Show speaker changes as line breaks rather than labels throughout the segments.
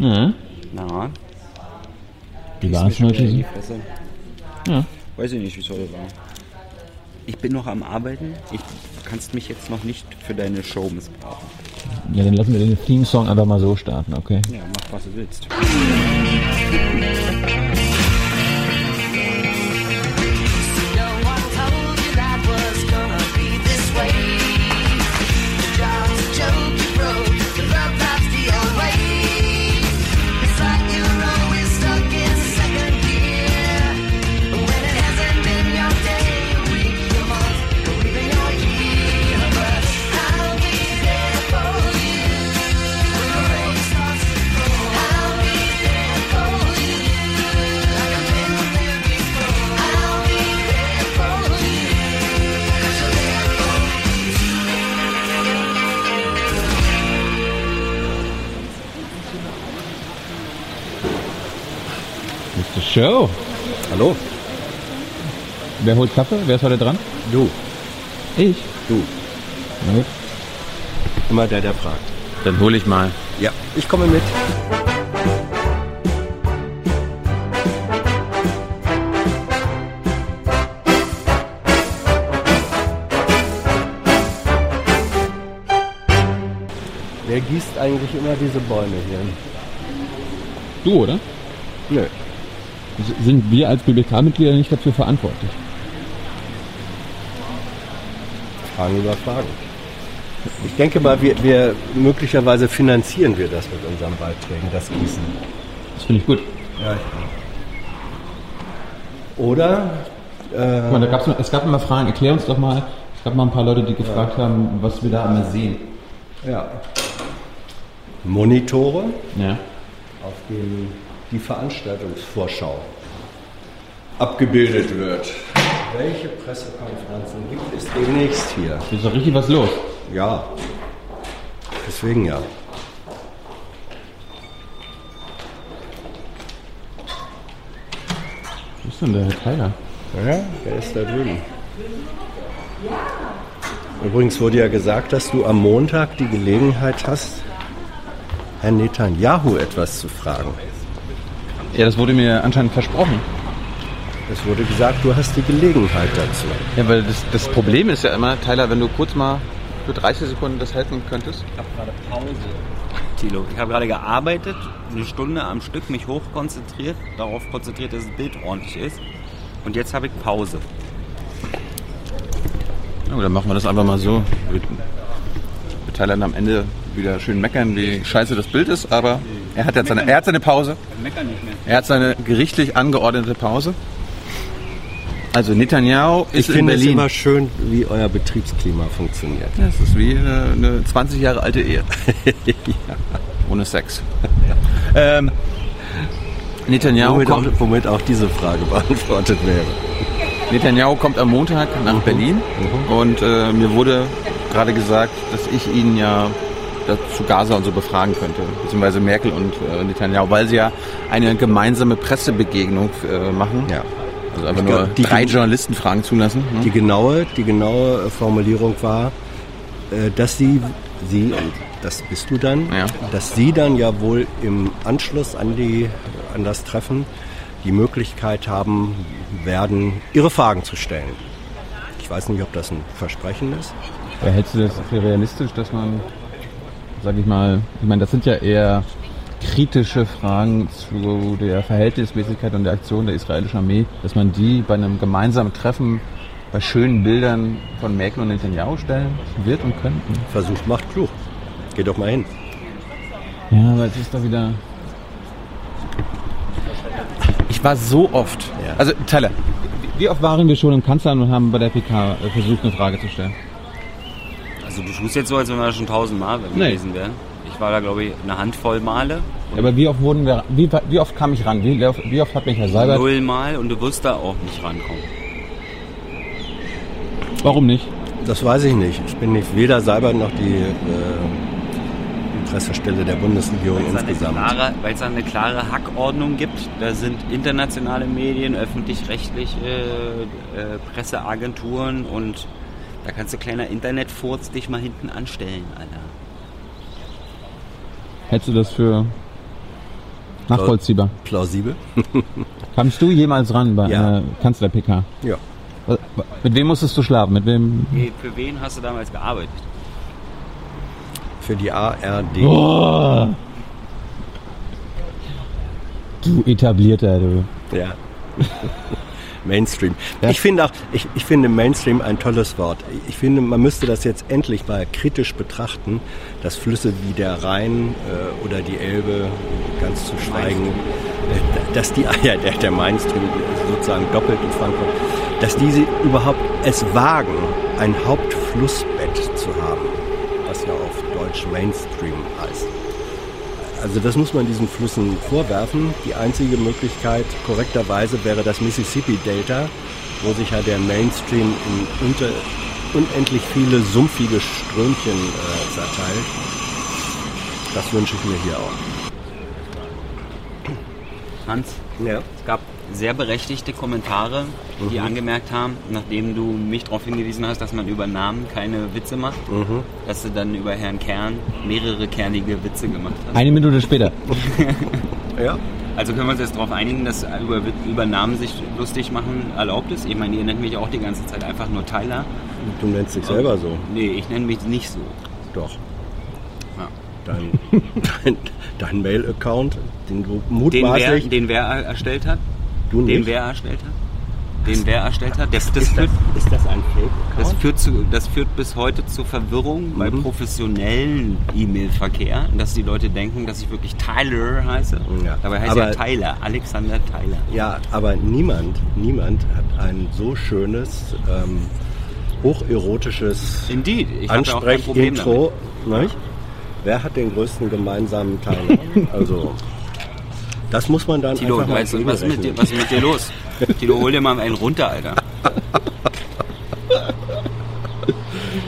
Ja.
Na,
Die
ist
waren
mir
schon
schon wieder
heute
in die
so.
Fresse.
Ja.
Weiß ich nicht, wie es heute war. Ich bin noch am Arbeiten. Ich du kannst mich jetzt noch nicht für deine Show missbrauchen.
ja, dann lassen wir den Theme-Song einfach mal so starten, okay?
Ja, mach was du willst.
No one told you that was gonna be this way. The job's a joke you broke, the love that's the old way. It's like you're always stuck in second gear. When it hasn't been your day, your week, your month, or even your year. But I'll be there for you. When the rain starts to fall, I'll be there for you. Like I've been there before, I'll be there for you. Cause you're there for me.
Ist die Show.
Hallo?
Wer holt Kaffee? Wer ist heute dran?
Du,
Ich.
du,
Na gut.
immer der, der fragt.
Dann hole ich mal.
Ja, ich komme mit. Wer gießt eigentlich immer diese Bäume hier?
Du, oder?
Nö.
S- Sind wir als BBK-Mitglieder nicht dafür verantwortlich?
Fragen über Fragen. Ich denke mal, wir, wir möglicherweise finanzieren wir das mit unseren Beiträgen, das Gießen.
Das finde ich gut.
Oder
Guck mal, da gab's, noch- es gab immer Fragen. Erklär uns doch mal. Es gab mal ein paar Leute, die gefragt haben, was wir da immer sehen.
ja. Monitore,
Ja.
auf denen die Veranstaltungsvorschau abgebildet wird. Welche Pressekonferenzen gibt es demnächst hier?
Hier ist doch richtig was los.
Ja, deswegen ja.
Wo ist denn der Herr Keiler?
ja. Wer ist da drüben? Übrigens wurde ja gesagt, dass du am Montag die Gelegenheit hast, Herrn Netanyahu etwas zu fragen.
Ja, das wurde mir anscheinend versprochen.
Es wurde gesagt, du hast die Gelegenheit dazu.
Ja, weil das, das Problem ist ja immer, Tyler, wenn du kurz mal für 30 Sekunden das halten könntest.
Ich habe gerade Pause. Tilo, ich habe gerade gearbeitet, eine Stunde am Stück, mich hochkonzentriert, darauf konzentriert, dass das Bild ordentlich ist. Und jetzt habe ich Pause.
Na gut, dann machen wir das einfach mal so. Wir, wir Tyler am Ende wieder schön meckern, wie scheiße das Bild ist, aber er hat jetzt seine, er hat seine Pause.
Meckern nicht mehr.
Er hat seine gerichtlich angeordnete Pause. Also Netanyahu ist
Ich finde
in
es
Berlin.
immer schön, wie euer Betriebsklima funktioniert.
Ja, Das ist wie eine, eine 20 Jahre alte Ehe. Ohne Sex. ähm, Netanyahu, oh
Womit auch,
kommt,
womit auch diese Frage beantwortet wäre.
Netanyahu kommt am Montag nach
Mhm.
Berlin und äh, mir wurde gerade gesagt, dass ich ihn ja da- zu Gaza und so befragen könnte, beziehungsweise Merkel und äh, Netanyahu, weil sie ja eine gemeinsame Pressebegegnung äh, machen.
Ja.
Also einfach
Ich
nur
glaub, die-
drei Journalisten Fragen zulassen. Ne?
Die genaue, die genaue äh, Formulierung war, äh, dass sie, sie, und das bist du dann,
Ja.
dass sie dann ja wohl im Anschluss an, die, an das Treffen die Möglichkeit haben werden, ihre Fragen zu stellen. Ich weiß nicht, ob das ein Versprechen ist.
Ja, Äh, hältst du das für realistisch, dass man, sag ich mal, ich meine, das sind ja eher kritische Fragen zu der Verhältnismäßigkeit und der Aktion der israelischen Armee, dass man die bei einem gemeinsamen Treffen bei schönen Bildern von Merkel und Netanyahu stellen wird und könnten.
Versuch macht klug. Geh doch mal hin.
Ja, aber es ist doch wieder. Ich war so oft.
Ja.
Also, Tyler, wie oft waren wir schon im Kanzleramt und haben bei der PK versucht, eine Frage zu stellen?
Also du tust jetzt so, als wenn wir da schon tausendmal
Nee.
gewesen wären. Ich war da, glaube ich, eine Handvoll Male.
Aber wie oft wurden wir, wie, wie oft kam ich ran? Wie, wie oft hat mich Herr Seibert
Null Mal und du wirst da auch nicht rankommen.
Warum nicht?
Das weiß ich nicht. Ich bin nicht weder Seibert noch die, äh, die Pressestelle der Bundesregierung
Weil es eine
insgesamt.
klare- Weil es da eine klare Hackordnung gibt. Da sind internationale Medien, öffentlich-rechtliche äh, Presseagenturen und da kannst du kleiner Internetfurz dich mal hinten anstellen, Alter.
Hättest du das für Nachvollziehbar.
plausibel.
Kamst du jemals ran bei äh,
Ja.
einer Kanzler-PK?
Ja.
Wa- wa- Mit wem musstest du schlafen? Mit wem?
Hey, Für wen hast du damals gearbeitet?
Für die ARD.
Oh! Du etablierter, du.
Ja. Mainstream.
Ja.
Ich finde auch, ich, ich finde Mainstream ein tolles Wort. Ich finde, man müsste das jetzt endlich mal kritisch betrachten, dass Flüsse wie der Rhein äh, oder die Elbe, ganz zu schweigen, äh, dass die, ah ja, der, der Mainstream sozusagen doppelt in Frankfurt, dass diese überhaupt es wagen, ein Hauptflussbett zu haben, was ja auf Deutsch Mainstream heißt. Also das muss man diesen Flüssen vorwerfen. Die einzige Möglichkeit korrekterweise wäre das Mississippi-Delta, wo sich ja der Mainstream in unter, unendlich viele sumpfige Strömchen äh, zerteilt. Das wünsche ich mir hier auch.
Hans?
Ja.
Es gab sehr berechtigte Kommentare, die angemerkt haben, nachdem du mich darauf hingewiesen hast, dass man über Namen keine Witze macht, dass du dann über Herrn Kern mehrere kernige Witze gemacht hast.
Eine Minute später.
Ja.
Also können wir uns jetzt darauf einigen, dass über, Wit- über Namen sich lustig machen erlaubt ist. Ich meine, ihr nennt mich auch die ganze Zeit einfach nur Tyler.
Du nennst dich selber so.
Nee, ich nenne mich nicht so.
Doch.
Ja.
Dein, dein, dein Mail-Account, den du
Den wer,
mutmaßlich...
den wer er- erstellt hat?
du
Den
nicht.
wer erstellt hat? Den wer erstellt hat? Das, das,
ist, das,
führt,
ist das ein
das,
Fake-Account?
führt zu, das führt bis heute zu Verwirrung bei
Mhm.
professionellen E-Mail-Verkehr, dass die Leute denken, dass ich wirklich Tyler heiße.
Ja.
Dabei heißt
Aber-
ich ja Tyler, Alexander Tyler.
Ja, aber niemand, niemand hat ein so schönes, ähm, hocherotisches
Indeed, ich hatte auch kein Problem damit.
Ansprech-Intro. nicht? Wer hat den größten gemeinsamen Teil? also, das muss man dann
Tilo,
einfach mal
weißt du, was, ist mit dir,
gegenrechnen.
was ist mit dir los? Tilo, hol dir mal einen runter, Alter.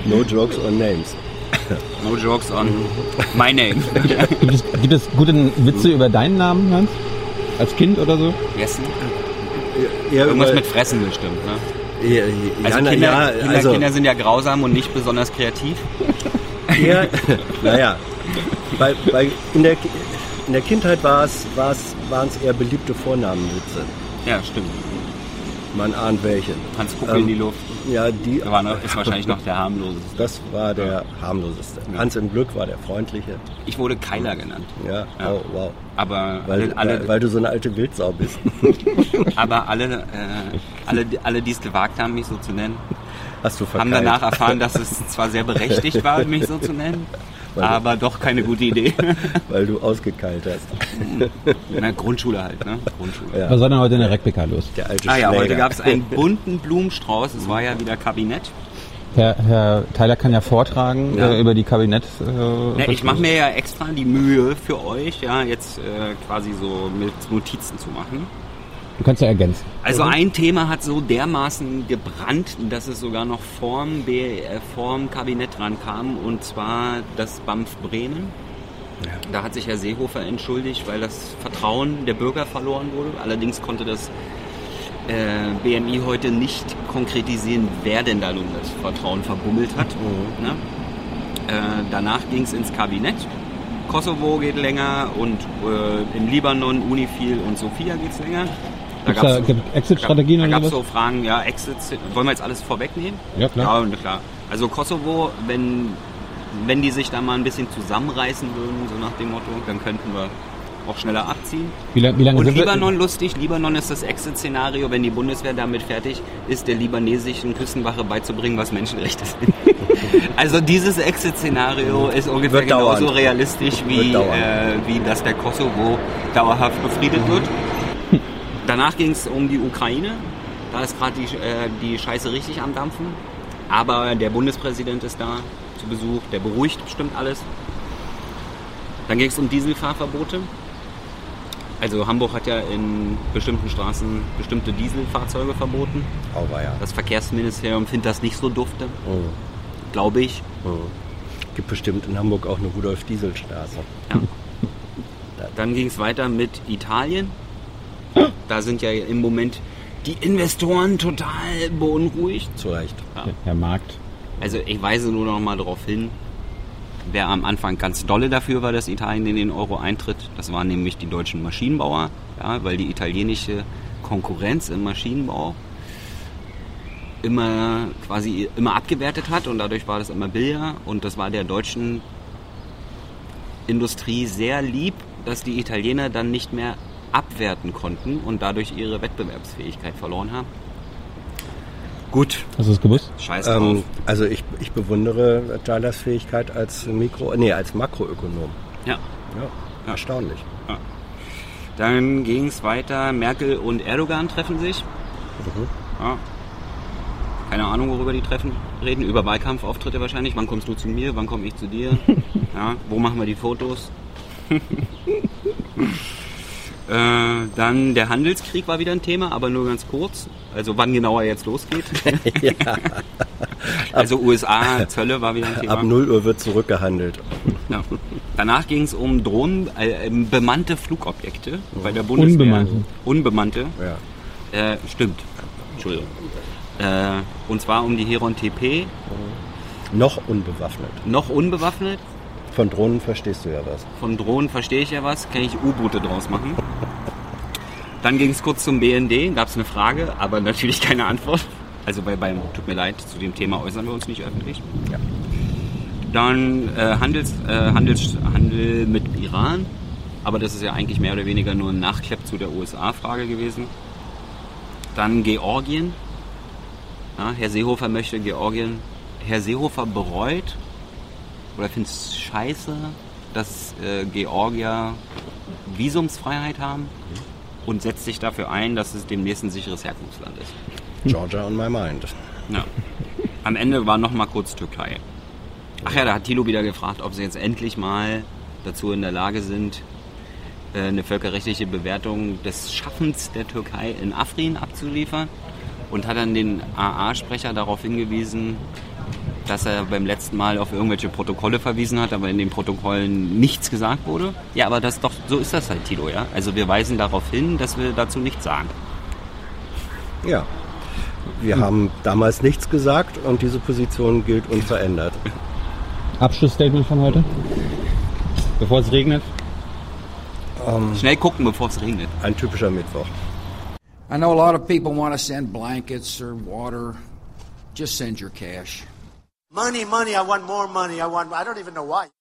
No jokes on names.
No jokes on my name.
Gibt es, gibt es gute Witze über deinen Namen, Hans? Als Kind oder so?
Vergessen?
Eher
Irgendwas
über-
mit Fressen bestimmt, ne?
eher,
Also,
ja, na,
Kinder,
ja,
Kinder,
also
Kinder sind ja grausam und nicht besonders kreativ.
eher, naja, bei, bei, in, der, in der Kindheit war es, war es, waren es eher beliebte Vornamenwitze.
Ja, stimmt.
Man ahnt welche. Ähm,
Hans Kuppel in die Luft.
Ja, die
Da war noch, ist wahrscheinlich noch der harmloseste.
Das war der harmloseste. Hans im Glück war der freundliche.
Ich wurde Keiler genannt.
Ja,
Ja.
Oh, wow.
Aber
Weil,
alle, alle,
weil, weil du so eine alte Wildsau bist.
aber alle, äh, alle, die- alle, die es gewagt haben, mich so zu nennen,
Hast du
haben
verkeilt.
danach erfahren, dass es zwar sehr berechtigt war, mich so zu nennen,
Weil-
aber doch keine gute Idee.
Weil du ausgekeilt hast.
Na, Grundschule halt, ne? Grundschule.
Ja.
Was war denn heute in der Rec-PK los?
Der alte
Ah ja, heute
Schläger.
gab es einen bunten Blumenstrauß. Es war ja wieder Kabinett.
Herr, Herr Tyler kann ja vortragen
Ja.
äh, über die Kabinett. Äh,
Ne, ich mache mir ja extra die Mühe für euch, ja, jetzt äh, quasi so mit Notizen zu machen.
Du kannst ja ergänzen.
Also ein Thema hat so dermaßen gebrannt, dass es sogar noch vorm, B, äh, vorm Kabinett dran kam, und zwar das BAMF Bremen. Da hat sich Herr Seehofer entschuldigt, weil das Vertrauen der Bürger verloren wurde. Allerdings konnte das äh, BMI heute nicht konkretisieren, wer denn da nun das Vertrauen verbummelt hat.
Mhm.
Ne? Äh, danach ging es ins Kabinett. Kosovo geht länger und äh, im Libanon, Unifil und Sofia geht es länger.
Gibt's da-
gab's-
gibt Exit-Strategien
da
oder
gab's
was?
so Fragen, ja, Exit, wollen wir jetzt alles vorwegnehmen?
Ja, klar.
Ja, na klar. Also Kosovo, wenn, wenn die sich da mal ein bisschen zusammenreißen würden, so nach dem Motto, dann könnten wir auch schneller abziehen.
Wie, lang- wie lange
Und
sind wir-
Libanon, lustig, Libanon ist das Exit-Szenario, wenn die Bundeswehr damit fertig ist, der libanesischen Küstenwache beizubringen, was Menschenrechte sind. also dieses Exit-Szenario ist ungefähr
Wird dauern.
genauso realistisch, wie,
Wird
äh,
dauern.
wie dass der Kosovo dauerhaft befriedet wird. Danach ging es um die Ukraine. Da ist gerade die, äh, die Scheiße richtig am Dampfen. Aber der Bundespräsident ist da zu Besuch, der beruhigt bestimmt alles. Dann ging es um Dieselfahrverbote. Also Hamburg hat ja in bestimmten Straßen bestimmte Dieselfahrzeuge verboten.
Auweia.
Das Verkehrsministerium findet das nicht so dufte,
Mhm.
glaube ich.
Mhm. Gibt bestimmt in Hamburg auch eine Rudolf-Diesel-Straße.
Dann ging es weiter mit Italien. Da sind ja im Moment die Investoren total beunruhigt.
Zu Recht.
Der Markt.
Also ich weise nur noch mal darauf hin, wer am Anfang ganz dolle dafür war, dass Italien in den Euro eintritt, das waren nämlich die deutschen Maschinenbauer, ja, weil die italienische Konkurrenz im Maschinenbau immer quasi immer abgewertet hat und dadurch war das immer billiger und das war der deutschen Industrie sehr lieb, dass die Italiener dann nicht mehr abwerten konnten und dadurch ihre Wettbewerbsfähigkeit verloren haben. Gut,
Hast du es gewusst?
scheiß drauf.
Ähm, also ich, ich bewundere Jailers Fähigkeit als Mikro, nee, als Makroökonom.
ja.
Ja, erstaunlich.
Dann ging es weiter, Merkel und Erdogan treffen sich. Mhm. Ja. Keine Ahnung, worüber die treffen, reden. Über Wahlkampfauftritte wahrscheinlich. Wann kommst du zu mir? Wann komme ich zu dir? ja. Wo machen wir die Fotos? äh, dann der Handelskrieg war wieder ein Thema, aber nur ganz kurz. Also wann genau er jetzt losgeht. Also USA, Zölle war wieder ein Thema.
Ab 0 Uhr wird zurückgehandelt.
Ja. Danach ging es um Drohnen, äh, ähm, bemannte Flugobjekte bei der Bundeswehr.
Unbemannte.
Unbemannte.
Ja.
Äh, stimmt. Entschuldigung. Äh, und zwar um die Heron TP,
Noch unbewaffnet.
noch unbewaffnet.
Von Drohnen verstehst du ja was.
Von Drohnen verstehe ich ja was, kann ich U-Boote draus machen. Dann ging es kurz zum BND, gab es eine Frage, aber natürlich keine Antwort. Also bei, beim Tut mir leid, zu dem Thema äußern wir uns nicht öffentlich.
Ja.
Dann äh, Handels, äh, Handels, Handel mit Iran, aber das ist ja eigentlich mehr oder weniger nur ein Nachklapp zu der USA-Frage gewesen. Dann Georgien. Ja, Herr Seehofer möchte Georgien. Herr Seehofer bereut oder findet es scheiße, dass äh, Georgier Visumsfreiheit haben und setzt sich dafür ein, dass es demnächst ein sicheres Herkunftsland ist.
Georgia on my mind.
Ja. Am Ende war noch mal kurz Türkei. Ach ja, da hat Thilo wieder gefragt, ob sie jetzt endlich mal dazu in der Lage sind, äh, eine völkerrechtliche Bewertung des Schaffens der Türkei in Afrin abzuliefern. Und hat dann den AA-Sprecher darauf hingewiesen, dass er beim letzten Mal auf irgendwelche Protokolle verwiesen hat, aber in den Protokollen nichts gesagt wurde. Ja, aber das doch, so ist das halt, Thilo, ja. Also wir weisen darauf hin, dass wir dazu nichts sagen.
Ja. Wir haben damals nichts gesagt und diese Position gilt unverändert.
Abschlussstatement von heute. Bevor es regnet.
Schnell gucken, bevor es regnet.
Ein typischer Mittwoch.
I know a lot of people want to send blankets or water. Just send your cash.
Money, money, I want more money. I want, I don't even know why.